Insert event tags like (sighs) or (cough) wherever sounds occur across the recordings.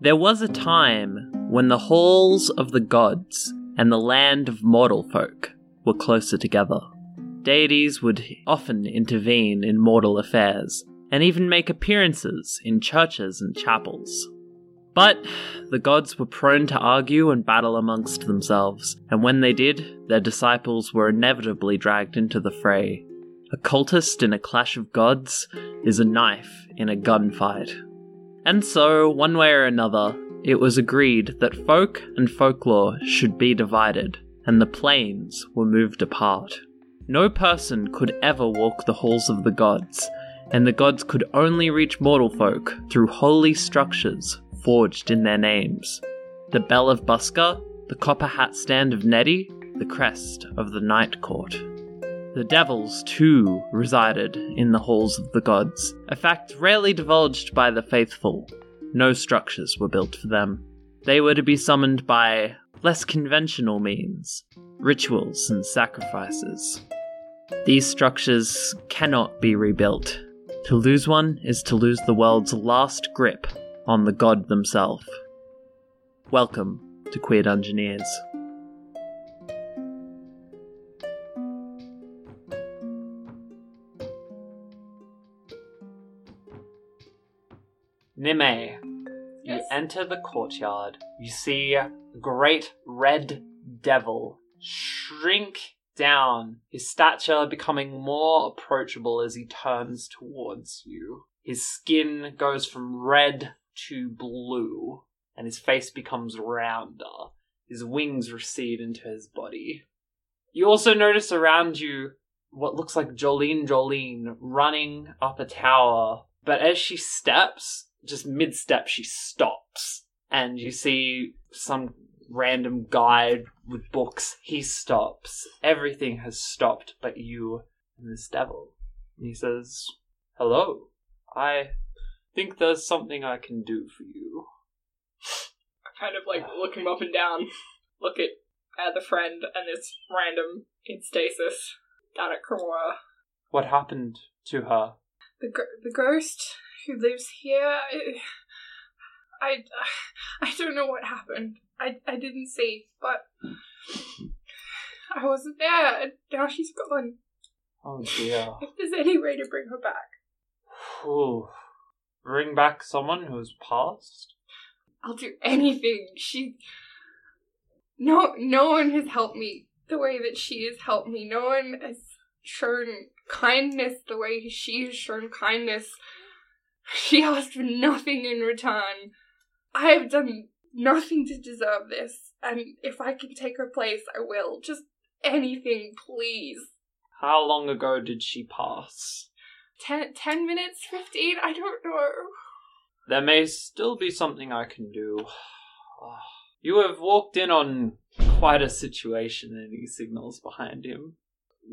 There was a time when the halls of the gods and the land of mortal folk were closer together. Deities would often intervene in mortal affairs and even make appearances in churches and chapels. But the gods were prone to argue and battle amongst themselves, and when they did, their disciples were inevitably dragged into the fray. A cultist in a clash of gods is a knife in a gunfight. And so, one way or another, it was agreed that folk and folklore should be divided, and the planes were moved apart. No person could ever walk the halls of the gods, and the gods could only reach mortal folk through holy structures forged in their names. The Bell of Busker, the Copper Hat Stand of Nettie, the crest of the Night Court. The devils, too, resided in the halls of the gods, a fact rarely divulged by the faithful. No structures were built for them. They were to be summoned by less conventional means rituals and sacrifices. These structures cannot be rebuilt. To lose one is to lose the world's last grip on the god themselves. Welcome to Queer Dungeoneers. Nime, you Yes. enter the courtyard. You see a great red devil shrink down, his stature becoming more approachable as he turns towards you. His skin goes from red to blue, and his face becomes rounder. His wings recede into his body. You also notice around you what looks like Jolene Jolene running up a tower, but as she steps, just mid step, she stops. And you see some random guy with books. He stops. Everything has stopped but you and this devil. And he says, Hello. I think there's something I can do for you. kind of like look him up and down, (laughs) look at uh, the friend and this random in stasis down at Cromora. What happened to her? The gr- the ghost who lives here. (sighs) I, (sighs) I I don't know what happened. I I didn't see, but (sighs) I wasn't there. And now she's gone. Oh dear. (sighs) If there's any way to bring her back, Ooh. Bring back someone who's passed? I'll do anything. She. No, no one has helped me the way that she has helped me. No one has shown kindness the way she has shown kindness. She asked for nothing in return. I have done nothing to deserve this, and if I can take her place, I will. Just anything, please. How long ago did she pass? Ten, ten minutes, fifteen, I don't know. There may still be something I can do. (sighs) Ah, You have walked in on quite a situation, and he signals behind him.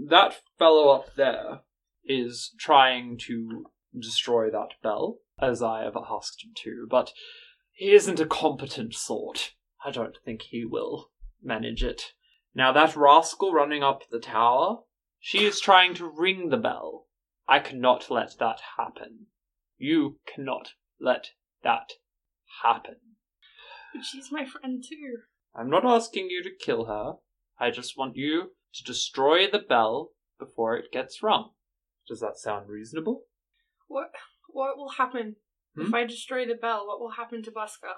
That fellow up there is trying to destroy that bell, as I have asked him to, but he isn't a competent sort. I don't think he will manage it. Now, that rascal running up the tower, she is trying to ring the bell. I cannot let that happen. You cannot let that happen. But she's my friend too. I'm not asking you to kill her. I just want you to destroy the bell before it gets rung. Does that sound reasonable? What what will happen if Hmm? I destroy the bell? What will happen to Busker?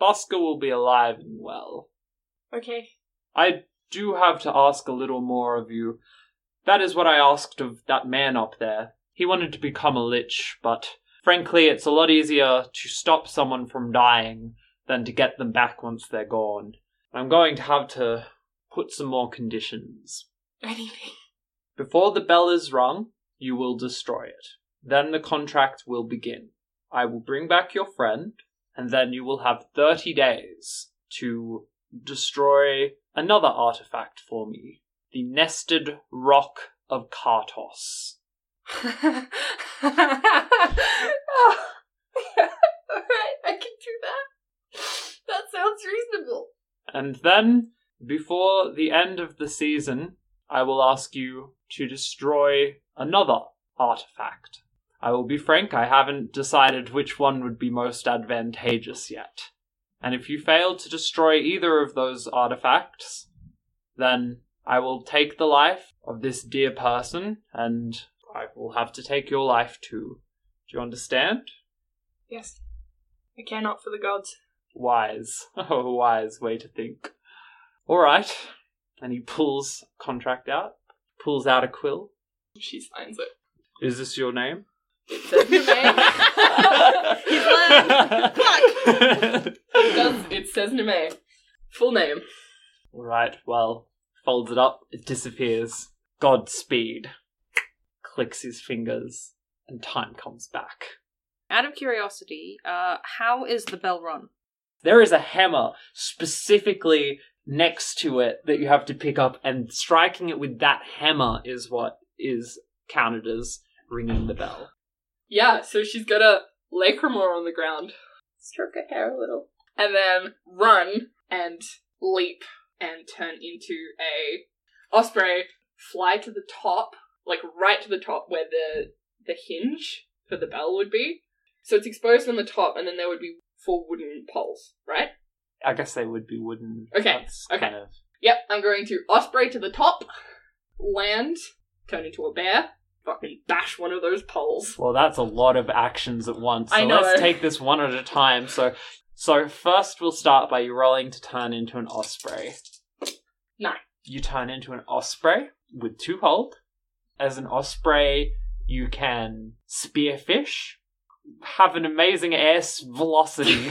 Bosca will be alive and well. (laughs) Okay. I do have to ask a little more of you. That is what I asked of that man up there. He wanted to become a lich, but frankly, it's a lot easier to stop someone from dying than to get them back once they're gone. I'm going to have to put some more conditions. Anything. Before the bell is rung, you will destroy it. Then the contract will begin. I will bring back your friend, and then you will have 30 days to destroy another artifact for me the nested rock of Kartos. Alright, I can do that. That sounds reasonable. And then, before the end of the season, I will ask you to destroy another artifact. I will be frank, I haven't decided which one would be most advantageous yet. And if you fail to destroy either of those artifacts, then I will take the life of this dear person, and I will have to take your life too. Do you understand? Yes. I care not for the gods. Wise. (laughs) Oh, wise way to think. All right. And he pulls contract out, pulls out a quill. She signs it. Is this your name? It says (laughs) her name. it does. It says Name. Full name. (laughs) All right. Well, folds it up. It disappears. Godspeed. Clicks his fingers, and time comes back. Out of curiosity, uh, how is the bell run? There is a hammer specifically next to it that you have to pick up, and striking it with that hammer is what is counted as ringing the bell. Yeah, so she's got a lacrimore on the ground. Stroke her hair a little. And then run and leap and turn into a osprey. Fly to the top, like right to the top where the the hinge for the bell would be. So it's exposed on the top and then there would be four wooden poles, right? I guess they would be wooden. Okay, That's okay. Kind of. Yep, I'm going to osprey to the top, land, turn into a bear, fucking bash one of those poles. Well, that's a lot of actions at once. So I know. let's take this one at a time. So, so first we'll start by you rolling to turn into an osprey. Nine. You turn into an osprey with two hold. As an osprey, you can spearfish, have an amazing ass velocity.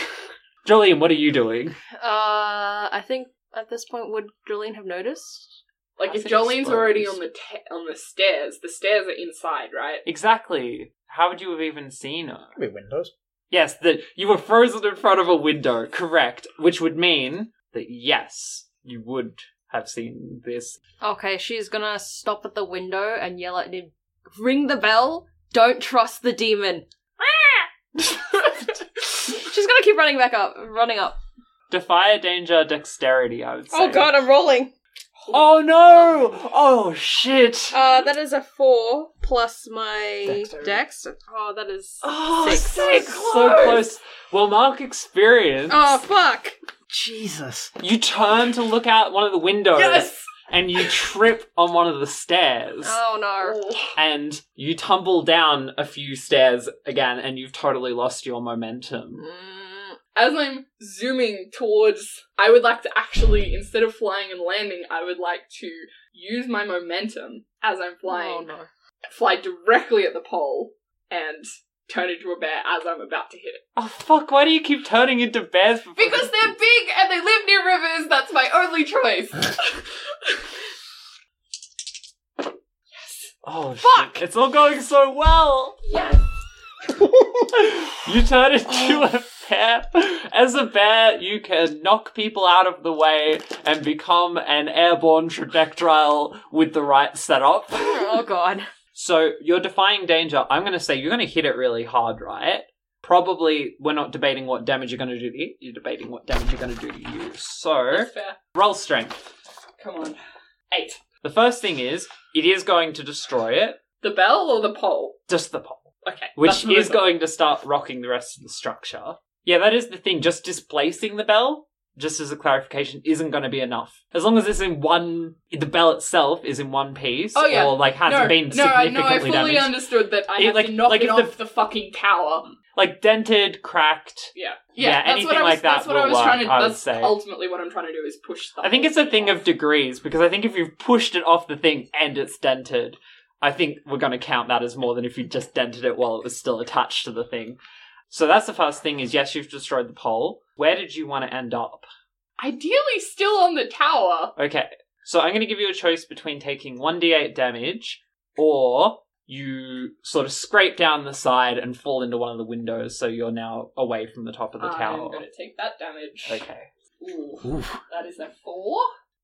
(laughs) Julian, what are you doing? Uh, I think at this point, would Jolene have noticed? Like I if think Jolene's explodes. already on the te- on the stairs, the stairs are inside, right? Exactly. How would you have even seen her? Could be windows. Yes, that you were frozen in front of a window, correct. Which would mean that yes, you would have seen this. (laughs) Okay, she's gonna stop at the window and yell at him, ring the bell, don't trust the demon. She's gonna keep running back up, running up. Defy danger, dexterity, I would say. Oh god, I'm rolling. Oh no! Oh shit! Uh, that is a four plus my Dex. dex. Oh, that is. Oh, Six. six. So close. Well, mark experience. Oh fuck! Jesus. You turn to look out one of the windows Yes. and you trip on one of the stairs. Oh no. and you tumble down a few stairs again and you've totally lost your momentum. Mm, As I'm zooming towards, I would like to actually instead of flying and landing, I would like to use my momentum as I'm oh flying, no. fly directly at the pole and turn into a bear as I'm about to hit it. Oh fuck, why do you keep turning into bears? before- Because they're big and they live near rivers, that's my only choice. Oh fuck! It's all going so well! yes. (laughs) You turn into a bear. As a bear, you can knock people out of the way and become an airborne projectile with the right setup. Oh god. So you're defying danger. I'm going to say you're going to hit it really hard, right? Probably, we're not debating what damage you're going to do to it. You're debating what damage you're going to do to you. So, That's fair. roll strength. Come on. Eight. The first thing is, it is going to destroy it. The bell or the pole? Just the pole. Okay. that's Which what I is thought. going to start rocking the rest of the structure. Yeah, that is the thing. Just displacing the bell, just as a clarification, isn't going to be enough. As long as it's in one, the bell itself is in one piece, Oh, yeah. or like hasn't no, been no, I- significantly no, I fully damaged. understood that I It- have like- to knock like it if the- off the fucking tower. like dented, cracked. Yeah, Yeah, that's anything what I was, like that That's what will I was work, trying to. I would that's say. ultimately what I'm trying to do is push. The I think whole it's a thing of degrees because I think if you've pushed it off the thing and it's dented, I think we're going to count that as more than if you just dented it while it was still attached to the thing. So that's the first thing is yes, you've destroyed the pole. Where did you want to end up? ideally still on the tower. Okay. So I'm going to give you a choice between taking 1d8 damage or you sort of scrape down the side and fall into one of the windows so you're now away from the top of the I'm tower. gonna take that damage. Okay. Ooh, Oof. that is a four.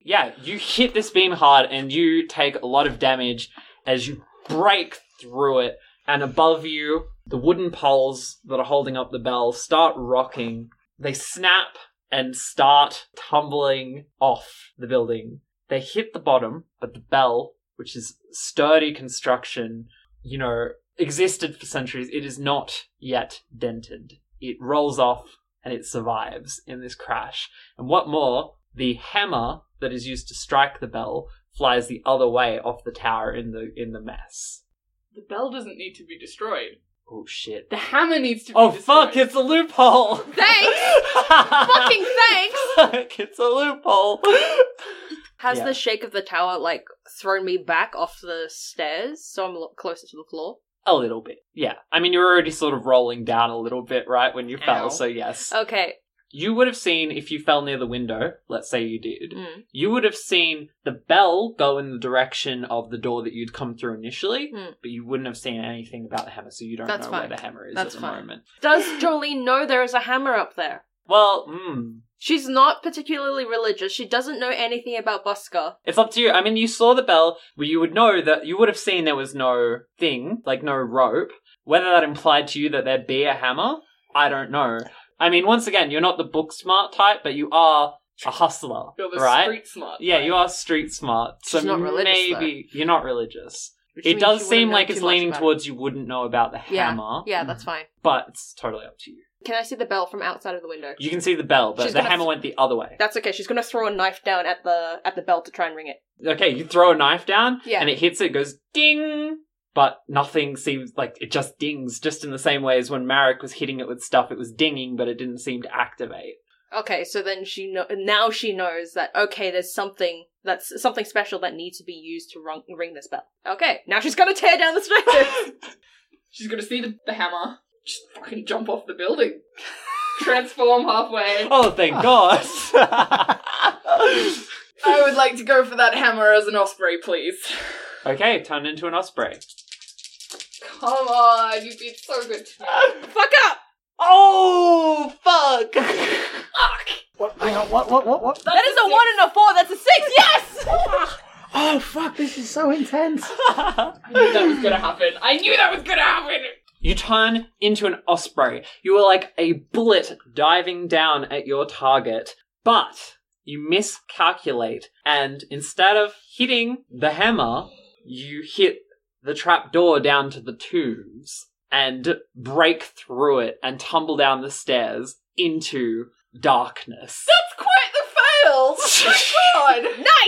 Yeah, you hit this beam hard and you take a lot of damage as you break through it. And above you, the wooden poles that are holding up the bell start rocking. They snap and start tumbling off the building. They hit the bottom, but the bell, which is sturdy construction, you know, existed for centuries. It is not yet dented. It rolls off and it survives in this crash. And what more, the hammer that is used to strike the bell flies the other way off the tower in the in the mess. The bell doesn't need to be destroyed. Oh shit. The hammer needs to (laughs) be Oh destroyed. fuck, it's a loophole! Thanks! Fucking thanks! (laughs) fuck, it's a loophole! Has Yeah. the shake of the tower like thrown me back off the stairs, so I'm a lot closer to the floor? a little bit. Yeah. I mean, you're already sort of rolling down a little bit, right, when you fell, Ow. so yes. Okay. You would have seen, if you fell near the window, let's say you did, Mm. you would have seen the bell go in the direction of the door that you'd come through initially, Mm. but you wouldn't have seen anything about the hammer, so you don't That's know fine. where the hammer is That's at the fine. moment. Does (gasps) Jolene know there is a hammer up there? Well, mm, She's not particularly religious. She doesn't know anything about Busker. It's up to you. I mean, you saw the bell, but you would know that you would have seen there was no thing, like no rope. Whether that implied to you that there'd be a hammer, I don't know. I mean, once again, you're not the book smart type, but you are a hustler, You're the right? street smart. yeah, you are street smart. So She's not religious, maybe you're not religious. which It means she does wouldn't seem know like too it's much leaning about it. towards you wouldn't know about the Yeah. hammer. Yeah, that's fine. But it's totally up to you. Can I see the bell from outside of the window? You can see the bell, but She's the gonna- hammer went the other way. That's okay. She's gonna throw a knife down at the at the bell to try and ring it. okay, you throw a knife down Yeah. and it hits it, it goes ding, but nothing seems like it just dings, just in the same way as when Marek was hitting it with stuff, it was dinging, but it didn't seem to activate. Okay, so then she know now she knows that okay, there's something that's something special that needs to be used to rung- ring this bell. Okay, now she's gonna tear down the stairs. She's gonna see the, the hammer. Just fucking jump off the building. (laughs) Transform halfway. Oh, thank God! Oh. (laughs) I would like to go for that hammer as an osprey, please. (laughs) okay, turned into an osprey. Come on, you've been so (laughs) good to me. Fuck up. Oh, fuck! (laughs) What, hang on, what, what, what, what? that is a one and a four. That's a six. Yes. Oh, fuck, this is so intense. I knew that was gonna happen. I knew that was gonna happen! (laughs) You turn into an osprey. You are like a bullet diving down at your target, but you miscalculate, and instead of hitting the hammer, you hit the trapdoor down to the tombs and break through it and tumble down the stairs into darkness. That's quite the fail! (laughs) (laughs)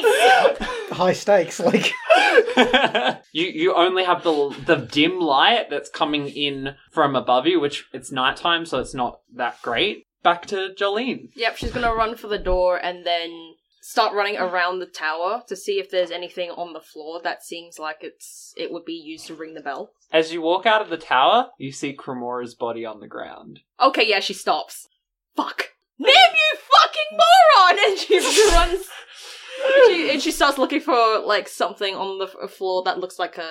God! High stakes, like. (laughs) you you only have the the dim light that's coming in from above you, which it's nighttime, so it's not that great. Back to Jolene. Yep, she's gonna run for the door and then start running around the tower to see if there's anything on the floor that seems like it's it would be used to ring the bell. As you walk out of the tower, you see Cremora's body on the ground. Okay, yeah, she stops. Fuck. Nib, you fucking moron! (laughs) And she runs. and, she, and she starts looking for like something on the f- floor that looks like a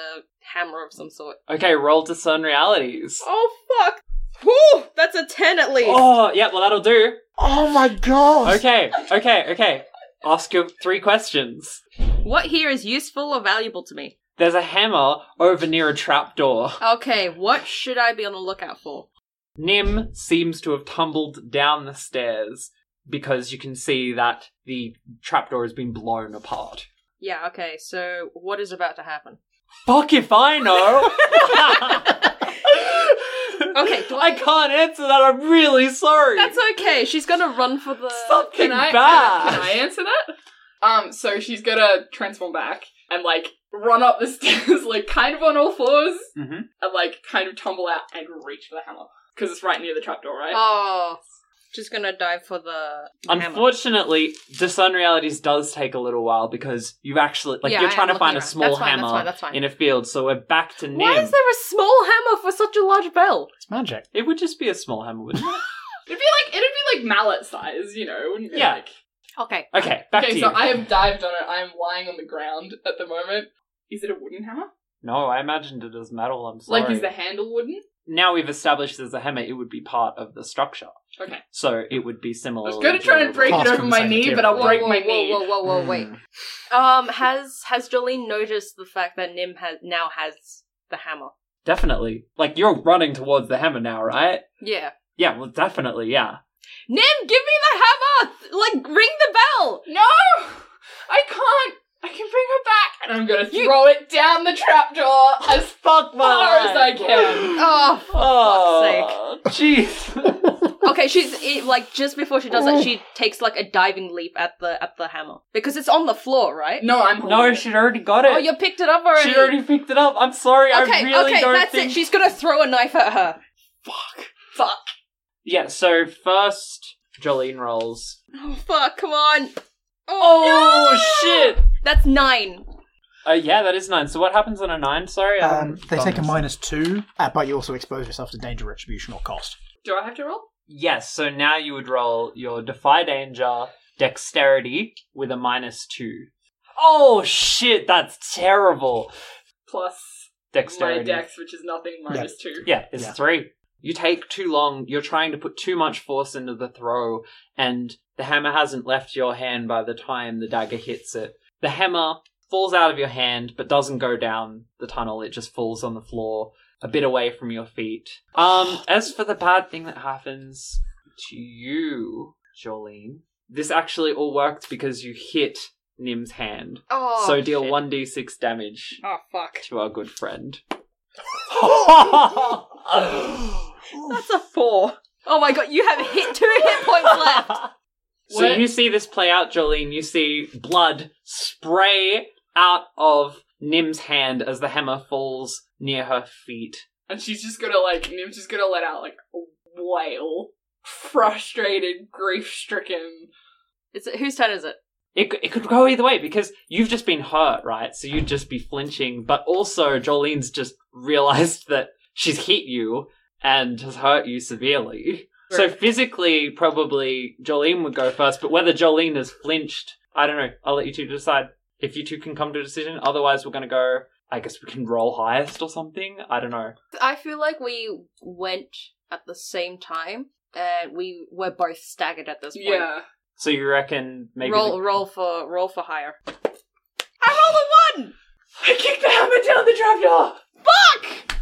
hammer of some sort. Okay, roll to Sun Realities. Oh fuck! Whew, that's a ten at least. Oh, yeah, well, that'll do. Oh my god! Okay, okay, okay. Ask your three questions. What here is useful or valuable to me? There's a hammer over near a trapdoor. Okay, what should I be on the lookout for? Nim seems to have tumbled down the stairs because you can see that the trapdoor has been blown apart. Yeah, okay, so what is about to happen? Fuck if I know! (laughs) (laughs) Okay, do I I- can't answer that. I'm really sorry. That's uh, okay, she's gonna run for the. Something Can I, bad. can I answer that? Um, so she's gonna transform back and, like, run up the (laughs) stairs, like, kind of on all fours, Mhm. and, like, kind of tumble out and reach for the hammer. Because it's right near the trapdoor, right? Oh. She's gonna dive for the. hammer. Unfortunately, discern realities does take a little while because you've actually like Yeah, you're I trying am to find looking a around. small That's fine, hammer that's fine, that's fine. in a field. So we're back to Nim. Why is there a small hammer for such a large bell? It's magic. It would just be a small hammer, wouldn't it? It'd be like, it'd be like mallet size, you know, wouldn't it? Yeah. Like, Okay. okay, back okay, to so you. I have dived on it. I am lying on the ground at the moment. Is it a wooden hammer? No, I imagined it as metal. I'm sorry. Like, is the handle wooden? now we've established there's a hammer, it would be part of the structure. Okay. So it would be I similar. was gonna try and break it Cost over my conservative. knee, but I'll Whoa, break whoa, my whoa, knee. Whoa, whoa, whoa, Hmm. wait. Um, has has Jolene noticed the fact that Nim has now has the hammer? Definitely. Like you're running towards the hammer now, right? Yeah. Yeah, well definitely, yeah. Nim, give me the hammer! Like, ring the bell! No! I can't! I can bring her back! And and I'm gonna throw it down the trapdoor as Fuck my far as I life. can. (laughs) Oh, Oh, for jeez. (laughs) fuck's sake. Okay, she's it, like just before she does that, she takes like a diving leap at the at the hammer because it's on the floor, right? No, I'm holding no, it. she'd already got it. Oh, you picked it up already. She already picked it up. I'm sorry. I okay, really okay, don't that's think. it. She's gonna throw a knife at her. Yeah. So first, Jolene rolls. Oh fuck! Come on. Oh shit! That's nine. Uh, yeah, that is nine. So what happens on a nine? Sorry. I Um, haven't they done take a this. minus two, uh, but you also expose yourself to danger retribution or cost. Do I have to roll? Yes. So now you would roll your defy danger dexterity with a minus two. Oh shit! That's terrible. Plus my Dexterity. dex, which is nothing minus two. Yeah, it's Yeah. three. You take too long, you're trying to put too much force into the throw, and the hammer hasn't left your hand by the time the dagger hits it. The hammer falls out of your hand, but doesn't go down the tunnel, it just falls on the floor, a bit away from your feet. Um, as for the bad thing that happens to you, Jolene, this actually all worked because you hit Nim's hand. Oh. so deal shit. 1d6 damage Oh fuck. to our good (laughs) friend. (laughs) That's a four. Oh my god! You have hit two hit points left. so What? you see this play out, Jolene. You see blood spray out of Nim's hand as the hammer falls near her feet. And she's just gonna like Nim's just gonna let out like a wail. Frustrated, grief stricken. (laughs) Is it whose turn is it? It, c- it could go either way because you've just been hurt, right? So you'd just be flinching. But also, Jolene's just realized that she's hit you and has hurt you severely. So physically, probably Jolene would go first. But whether Jolene is flinched, I don't know. I'll let you two decide if you two can come to a decision. Otherwise, we're going to go. I guess we can roll highest or something. I don't know. I feel like we went at the same time, and we were both staggered at this point. Yeah. So you reckon maybe roll, the- roll for roll for higher. I roll a one. I kicked the hammer down the trapdoor! Fuck!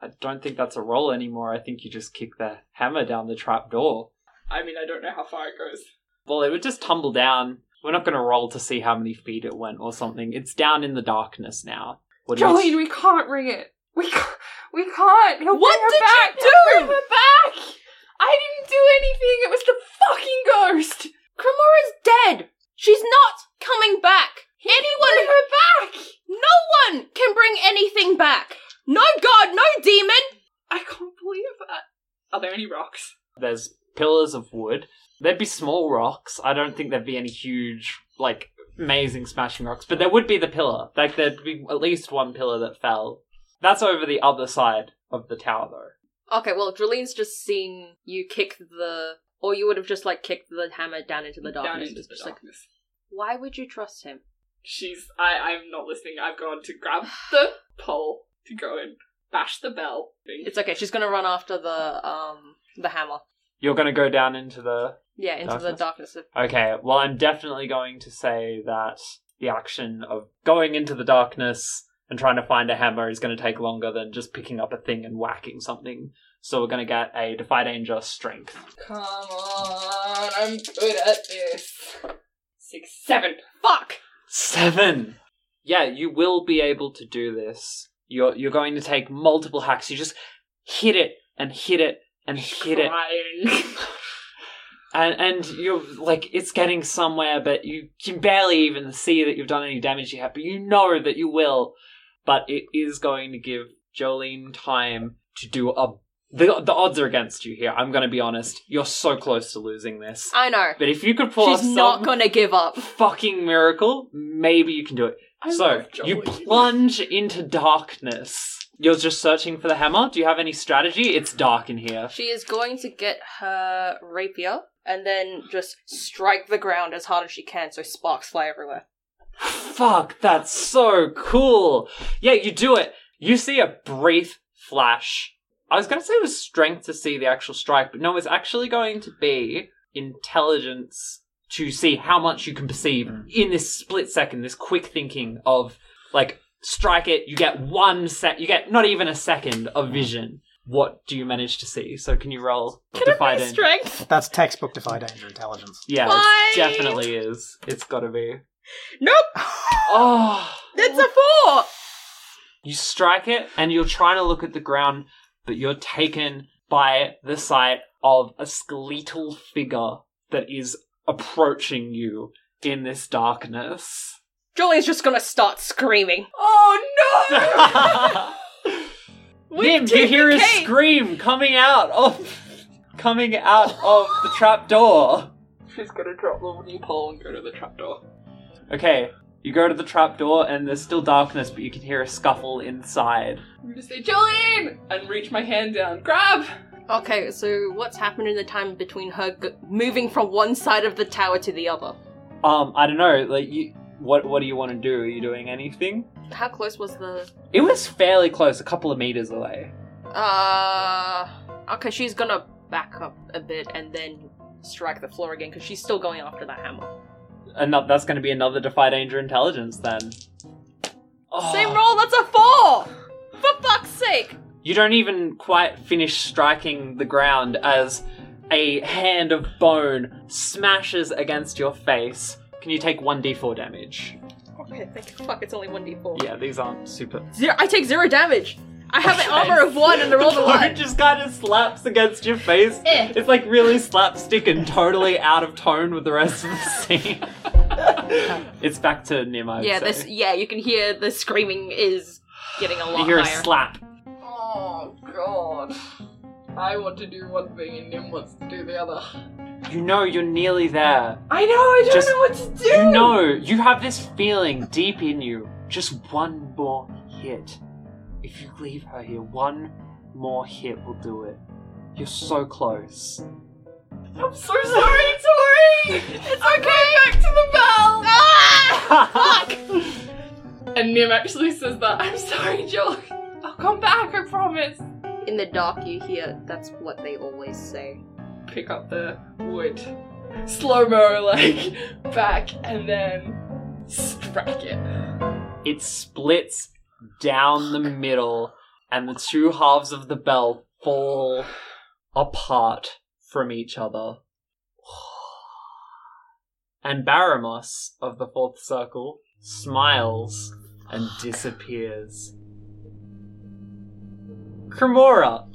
I don't think that's a roll anymore. I think you just kick the hammer down the trap door. I mean I don't know how far it goes. Well, it would just tumble down. We're not going to roll to see how many feet it went or something. It's down in the darkness now. What do you- Jolene, we can't ring it. We can't. We can't. He'll What bring her did you back. do? He'll Bring her back. I didn't do anything. It was the fucking ghost. Cremora is dead. She's not coming back. Bring Anyone, her back. no one can bring anything back. No god, no demon. I can't believe that. Are there any rocks? There's pillars of wood. There'd be small rocks. I don't think there'd be any huge, like, amazing smashing rocks, but there would be the pillar. Like, there'd be at least one pillar that fell. That's over the other side of the tower, though. Okay, well, Jolene's just seen you kick the, or you would have just like kicked the hammer down into the darkness. Down into the It's like, darkness. why would you trust him? She's. I. I'm not listening. I've gone to (sighs) grab the pole to go and bash the bell. Thing. It's okay. She's gonna run after the um the hammer. You're going to go down into the Yeah, into the darkness. Of- Okay, well, I'm definitely going to say that the action of going into the darkness and trying to find a hammer is going to take longer than just picking up a thing and whacking something. So we're going to get a Defy Danger strength. Come on. I'm good at this. Six, seven. Fuck. Seven! Yeah, you will be able to do this. You're, you're going to take multiple hacks. You just hit it and hit it and hit it. Crying. and and you're like it's getting somewhere, but you can barely even see that you've done any damage yet. But you know that you will. But it is going to give Jolene time to do a. The, the odds are against you here. I'm going to be honest. You're so close to losing this. I know. But if you could pull She's off not some gonna give up. fucking miracle, maybe you can do it. I so love you Jolene. plunge into darkness. You're just searching for the hammer. Do you have any strategy? It's dark in here. She is going to get her rapier and then just strike the ground as hard as she can, so sparks fly everywhere. Fuck, that's so cool. Yeah, you do it. You see a brief flash. I was going to say it was strength to see the actual strike, but no, it's actually going to be intelligence to see how much you can perceive in this split second, this quick thinking of like strike it, you get one sec, you get not even a second of vision. What do you manage to see? So can you roll Defy Danger? Strength. That's textbook defy danger intelligence. Yeah, Five. it definitely is. It's got to be. Nope. Oh. It it's a four. You strike it, and you're trying to look at the ground, but you're taken by the sight of a skeletal figure that is approaching you in this darkness. Jolie's just gonna start screaming. Oh no! Nim, you hear a scream coming out of coming out of the trapdoor. (laughs) She's gonna drop the winnie pole and go to the trapdoor. Okay, you go to the trapdoor, and there's still darkness, but you can hear a scuffle inside. I'm gonna say, Jolene! And reach my hand down. Grab! Okay, so what's happened in the time between her g- moving from one side of the tower to the other? Um, I don't know, like you. What What do you want to do? Are you doing anything? How close was the? It was fairly close, a couple of meters away. Uh, okay, she's gonna back up a bit and then strike the floor again because she's still going after that hammer. Enough. That's going to be another defy danger intelligence then. Oh. Same roll, that's a four! For fuck's sake! You don't even quite finish striking the ground as a hand of bone smashes against your face. Can you take 1d4 damage? Okay, thank you. Fuck, it's only 1d4. Yeah, these aren't super. Zero, I take zero damage! I have an armor of one and a roll (laughs) The of one! bone just kind of slaps against your face. Eh. It's like really slapstick and totally out of tone with the rest of the (laughs) scene. it's back to Nim, I would yeah, say. this. Yeah, you can hear the screaming is getting a You lot hear a higher. slap Oh god. I want to do one thing and Nim wants to do the other. You know you're nearly there. I know, I don't Just- know what to do! You know, you have this feeling deep in you. Just one more hit. If you leave her here, one more hit will do it. You're so close. (laughs) I'm so sorry, Tori! It's okay! back to the bell! (laughs) And Nim actually says that. I'm sorry, Jolene. I'll come back, I promise. In the dark, you hear. That's what they always say. Pick up the wood. Slow mo, like, back, and then strike it. it splits down the middle, and the two halves of the bell fall apart from each other. (sighs) And Baramos of the fourth circle smiles and disappears. Cremora,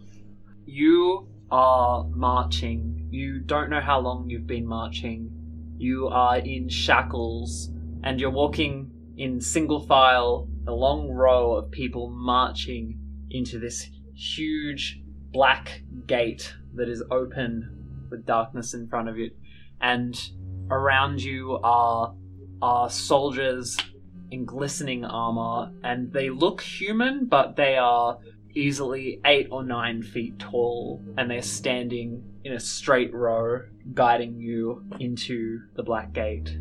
you are marching. You don't know how long you've been marching. You are in shackles and you're walking in single file, a long row of people marching into this huge black gate that is open with darkness in front of it. And around you are are soldiers in glistening armor, and they look human, but they are easily eight or nine feet tall, and they're standing in a straight row, guiding you into the black gate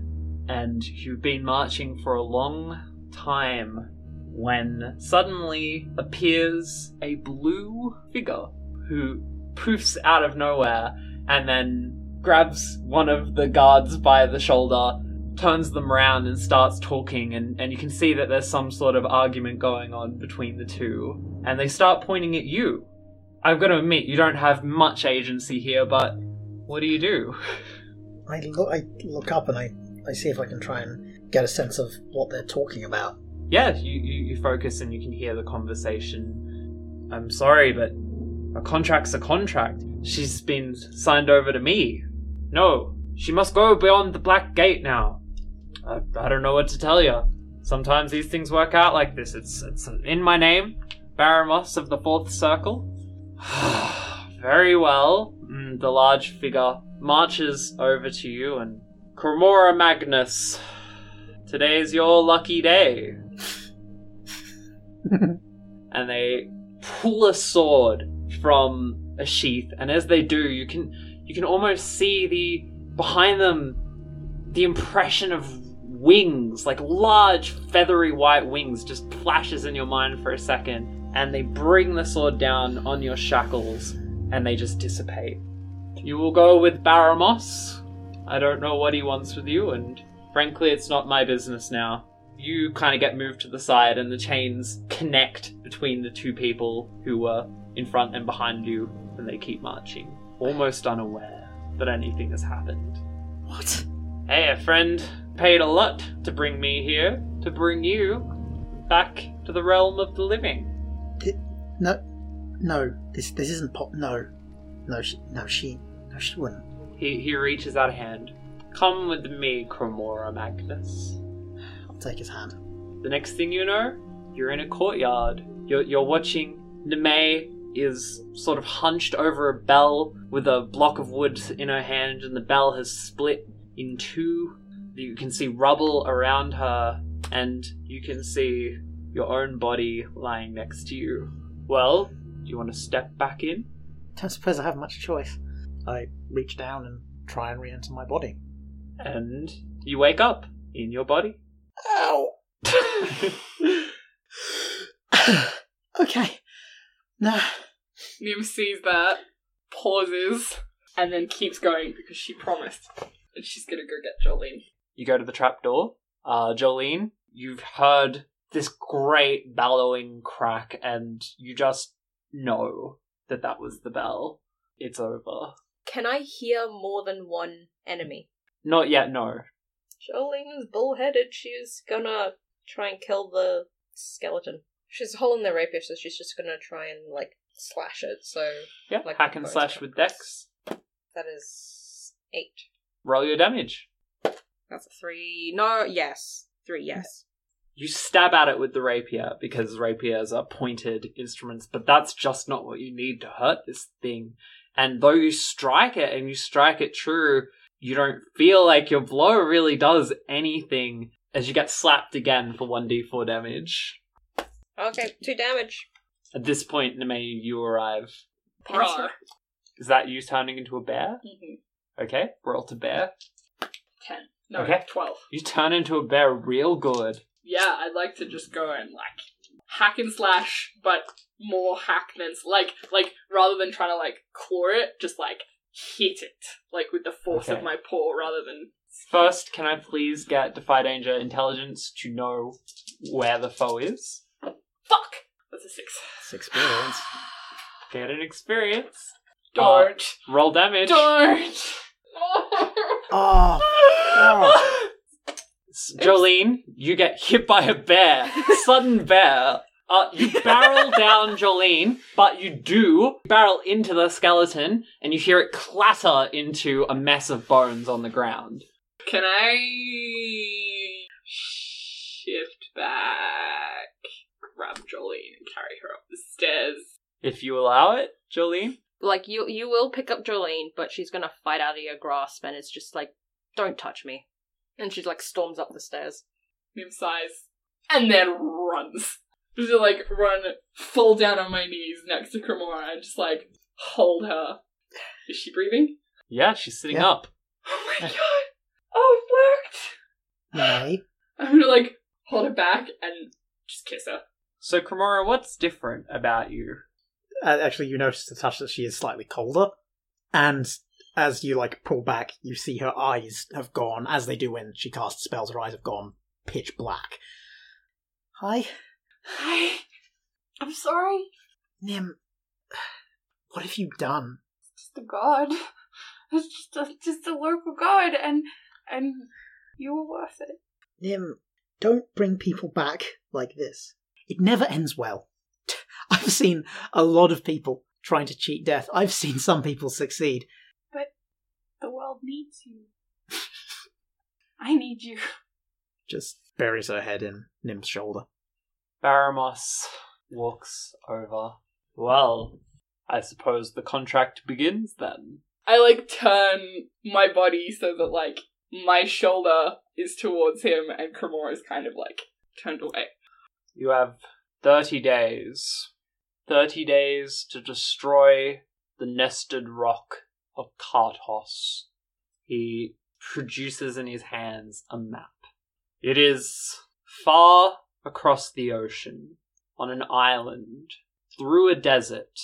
and you've been marching for a long time when suddenly appears a blue figure who poofs out of nowhere and then grabs one of the guards by the shoulder, turns them round and starts talking and, and you can see that there's some sort of argument going on between the two. And they start pointing at you. I've gotta admit, you don't have much agency here, but what do you do? I, lo- I look up and I, I see if I can try and get a sense of what they're talking about. yeah, you, you, you focus and you can hear the conversation. I'm sorry, but a contract's a contract. She's been signed over to me. No, she must go beyond the black gate now. I, I don't know what to tell you. Sometimes these things work out like this. It's, it's in my name, Baramos of the Fourth Circle. (sighs) Very well. Mm, The large figure marches over to you and Cremora Magnus. Today's your lucky day. and they pull a sword from a sheath, and as they do, you can you can almost see the behind them the impression of wings, like large feathery white wings just flashes in your mind for a second, and they bring the sword down on your shackles and they just dissipate. You will go with Baramos. I don't know what he wants with you and Frankly, it's not my business now. You kind of get moved to the side, and the chains connect between the two people who were in front and behind you, and they keep marching, almost unaware that anything has happened. What? Hey, a friend paid a lot to bring me here, to bring you. back to the realm of the living. No, no, this this isn't pop. No, no, she, no, she, no, she wouldn't. He, he reaches out a hand. Come with me, Cromora Magnus. I'll take his hand. The next thing you know, you're in a courtyard. You're, you're watching Neme is sort of hunched over a bell with a block of wood in her hand, and the bell has split in two. You can see rubble around her, and you can see your own body lying next to you. Well, do you want to step back in? Don't suppose I have much choice. I reach down and try and re-enter my body. And you wake up in your body. Ow! (coughs) okay. No, Nim sees that, pauses, and then keeps going because she promised that she's gonna go get Jolene. You go to the trapdoor. Uh, Jolene, you've heard this great bellowing crack, and you just know that that was the bell. It's over. Can I hear more than one enemy? Not yet, no. Jolene is bullheaded. She's gonna try and kill the skeleton. She's holding the rapier, so she's just gonna try and like slash it. So Yeah, Like hack and both slash with Dex. that is eight. Roll your damage. That's a three. No, yes, three. Yes. You stab at it with the rapier because rapiers are pointed instruments, but that's just not what you need to hurt this thing. And though you strike it and you strike it true, you don't feel like your blow really does anything as you get slapped again for 1d4 damage. Okay, two damage. At this point, Nemei, you arrive. Rawr. Is that you turning into a bear? Mhm. Okay, roll to bear. Ten. No, Okay. twelve. You turn into a bear real good. Yeah, I'd like to just go and like hack and slash, but more hack than like like rather than trying to like claw it, just like hit it like with the force Okay. of my paw rather than First, can I please get Defy Danger Intelligence to know where the foe is? fuck. That's a six. it's experience. (sighs) Get an experience. Don't, Roll damage. don't. (laughs) (laughs) Oh, oh. S- Jolene, you get hit by a (laughs) bear. Sudden bear. Uh, you barrel down Jolene, but you do barrel into the skeleton, and you hear it clatter into a mess of bones on the ground. Can I shift back, grab Jolene, and carry her up the stairs? If you allow it, Jolene. Like you, you will pick up Jolene, but she's gonna fight out of your grasp, and it's just like, don't touch me. And she like storms up the stairs. Nim sighs, and then runs. Just like run, fall down on my knees next to Cremora and just like hold her. Is she breathing? (laughs) Yeah, she's sitting Yeah. up. Oh my god! Oh, it worked! Nay. I'm gonna like hold her back and just kiss her. So, Cremora, what's different about you? Uh, actually, you notice the touch that she is slightly colder, and as you like pull back, you see her eyes have gone, as they do when she casts spells. Her eyes have gone pitch black. Hi, Hi. I'm sorry. Nim. What have you done? just a god. It's just a, just a local god, and and you were worth it. Nim, don't bring people back like this. It never ends well. (laughs) I've seen a lot of people trying to cheat death. I've seen some people succeed. The world needs you. (laughs) I need you. Just buries her head in Nim's shoulder. Baramos walks over. Well, I suppose the contract begins then. I like turn my body so that like my shoulder is towards him, and Cremora is kind of like turned away. You have 30 days. 30 days to destroy the nested rock of Kartos. He produces in his hands a map. It is far across the ocean, on an island, through a desert,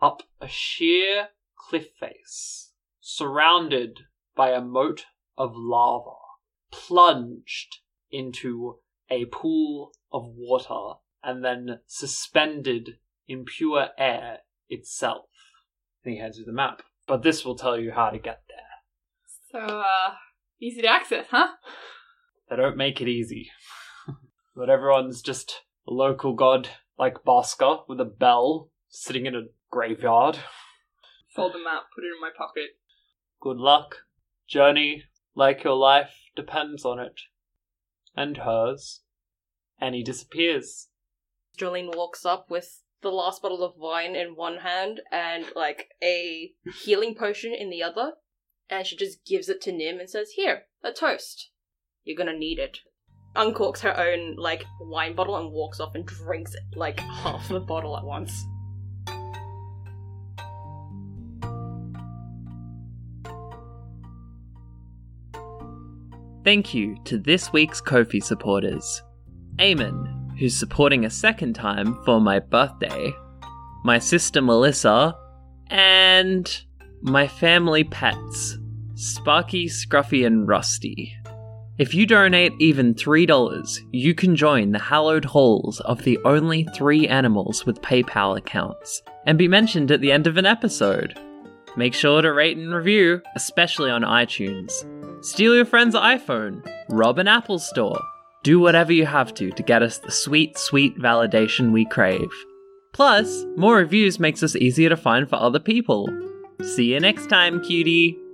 up a sheer cliff face, surrounded by a moat of lava, plunged into a pool of water and then suspended in pure air itself. And he hands you the map. But this will tell you how to get there. So uh, easy to access, huh? (laughs) They don't make it easy. but everyone's just a local god like Baska with a bell sitting in a graveyard. Fold the map, put it in my pocket. Good luck. Journey, like your life, depends on it. And hers. And he disappears. Jolene walks up with the last bottle of wine in one hand and like a healing potion in the other, and she just gives it to Nim and says, "Here, a toast. You're gonna need it." Uncorks her own like wine bottle and walks off and drinks like half the bottle at once. Thank you to this week's Kofi supporters Eamon, who's supporting a second time for my birthday, my sister Melissa, and my family pets Sparky, Scruffy, and Rusty. If you donate even $3, you can join the hallowed halls of the only three animals with PayPal accounts and be mentioned at the end of an episode. Make sure to rate and review, especially on iTunes. Steal your friend's iPhone. Rob an Apple store. Do whatever you have to to get us the sweet, sweet validation we crave. Plus, more reviews makes us easier to find for other people. See you next time, cutie!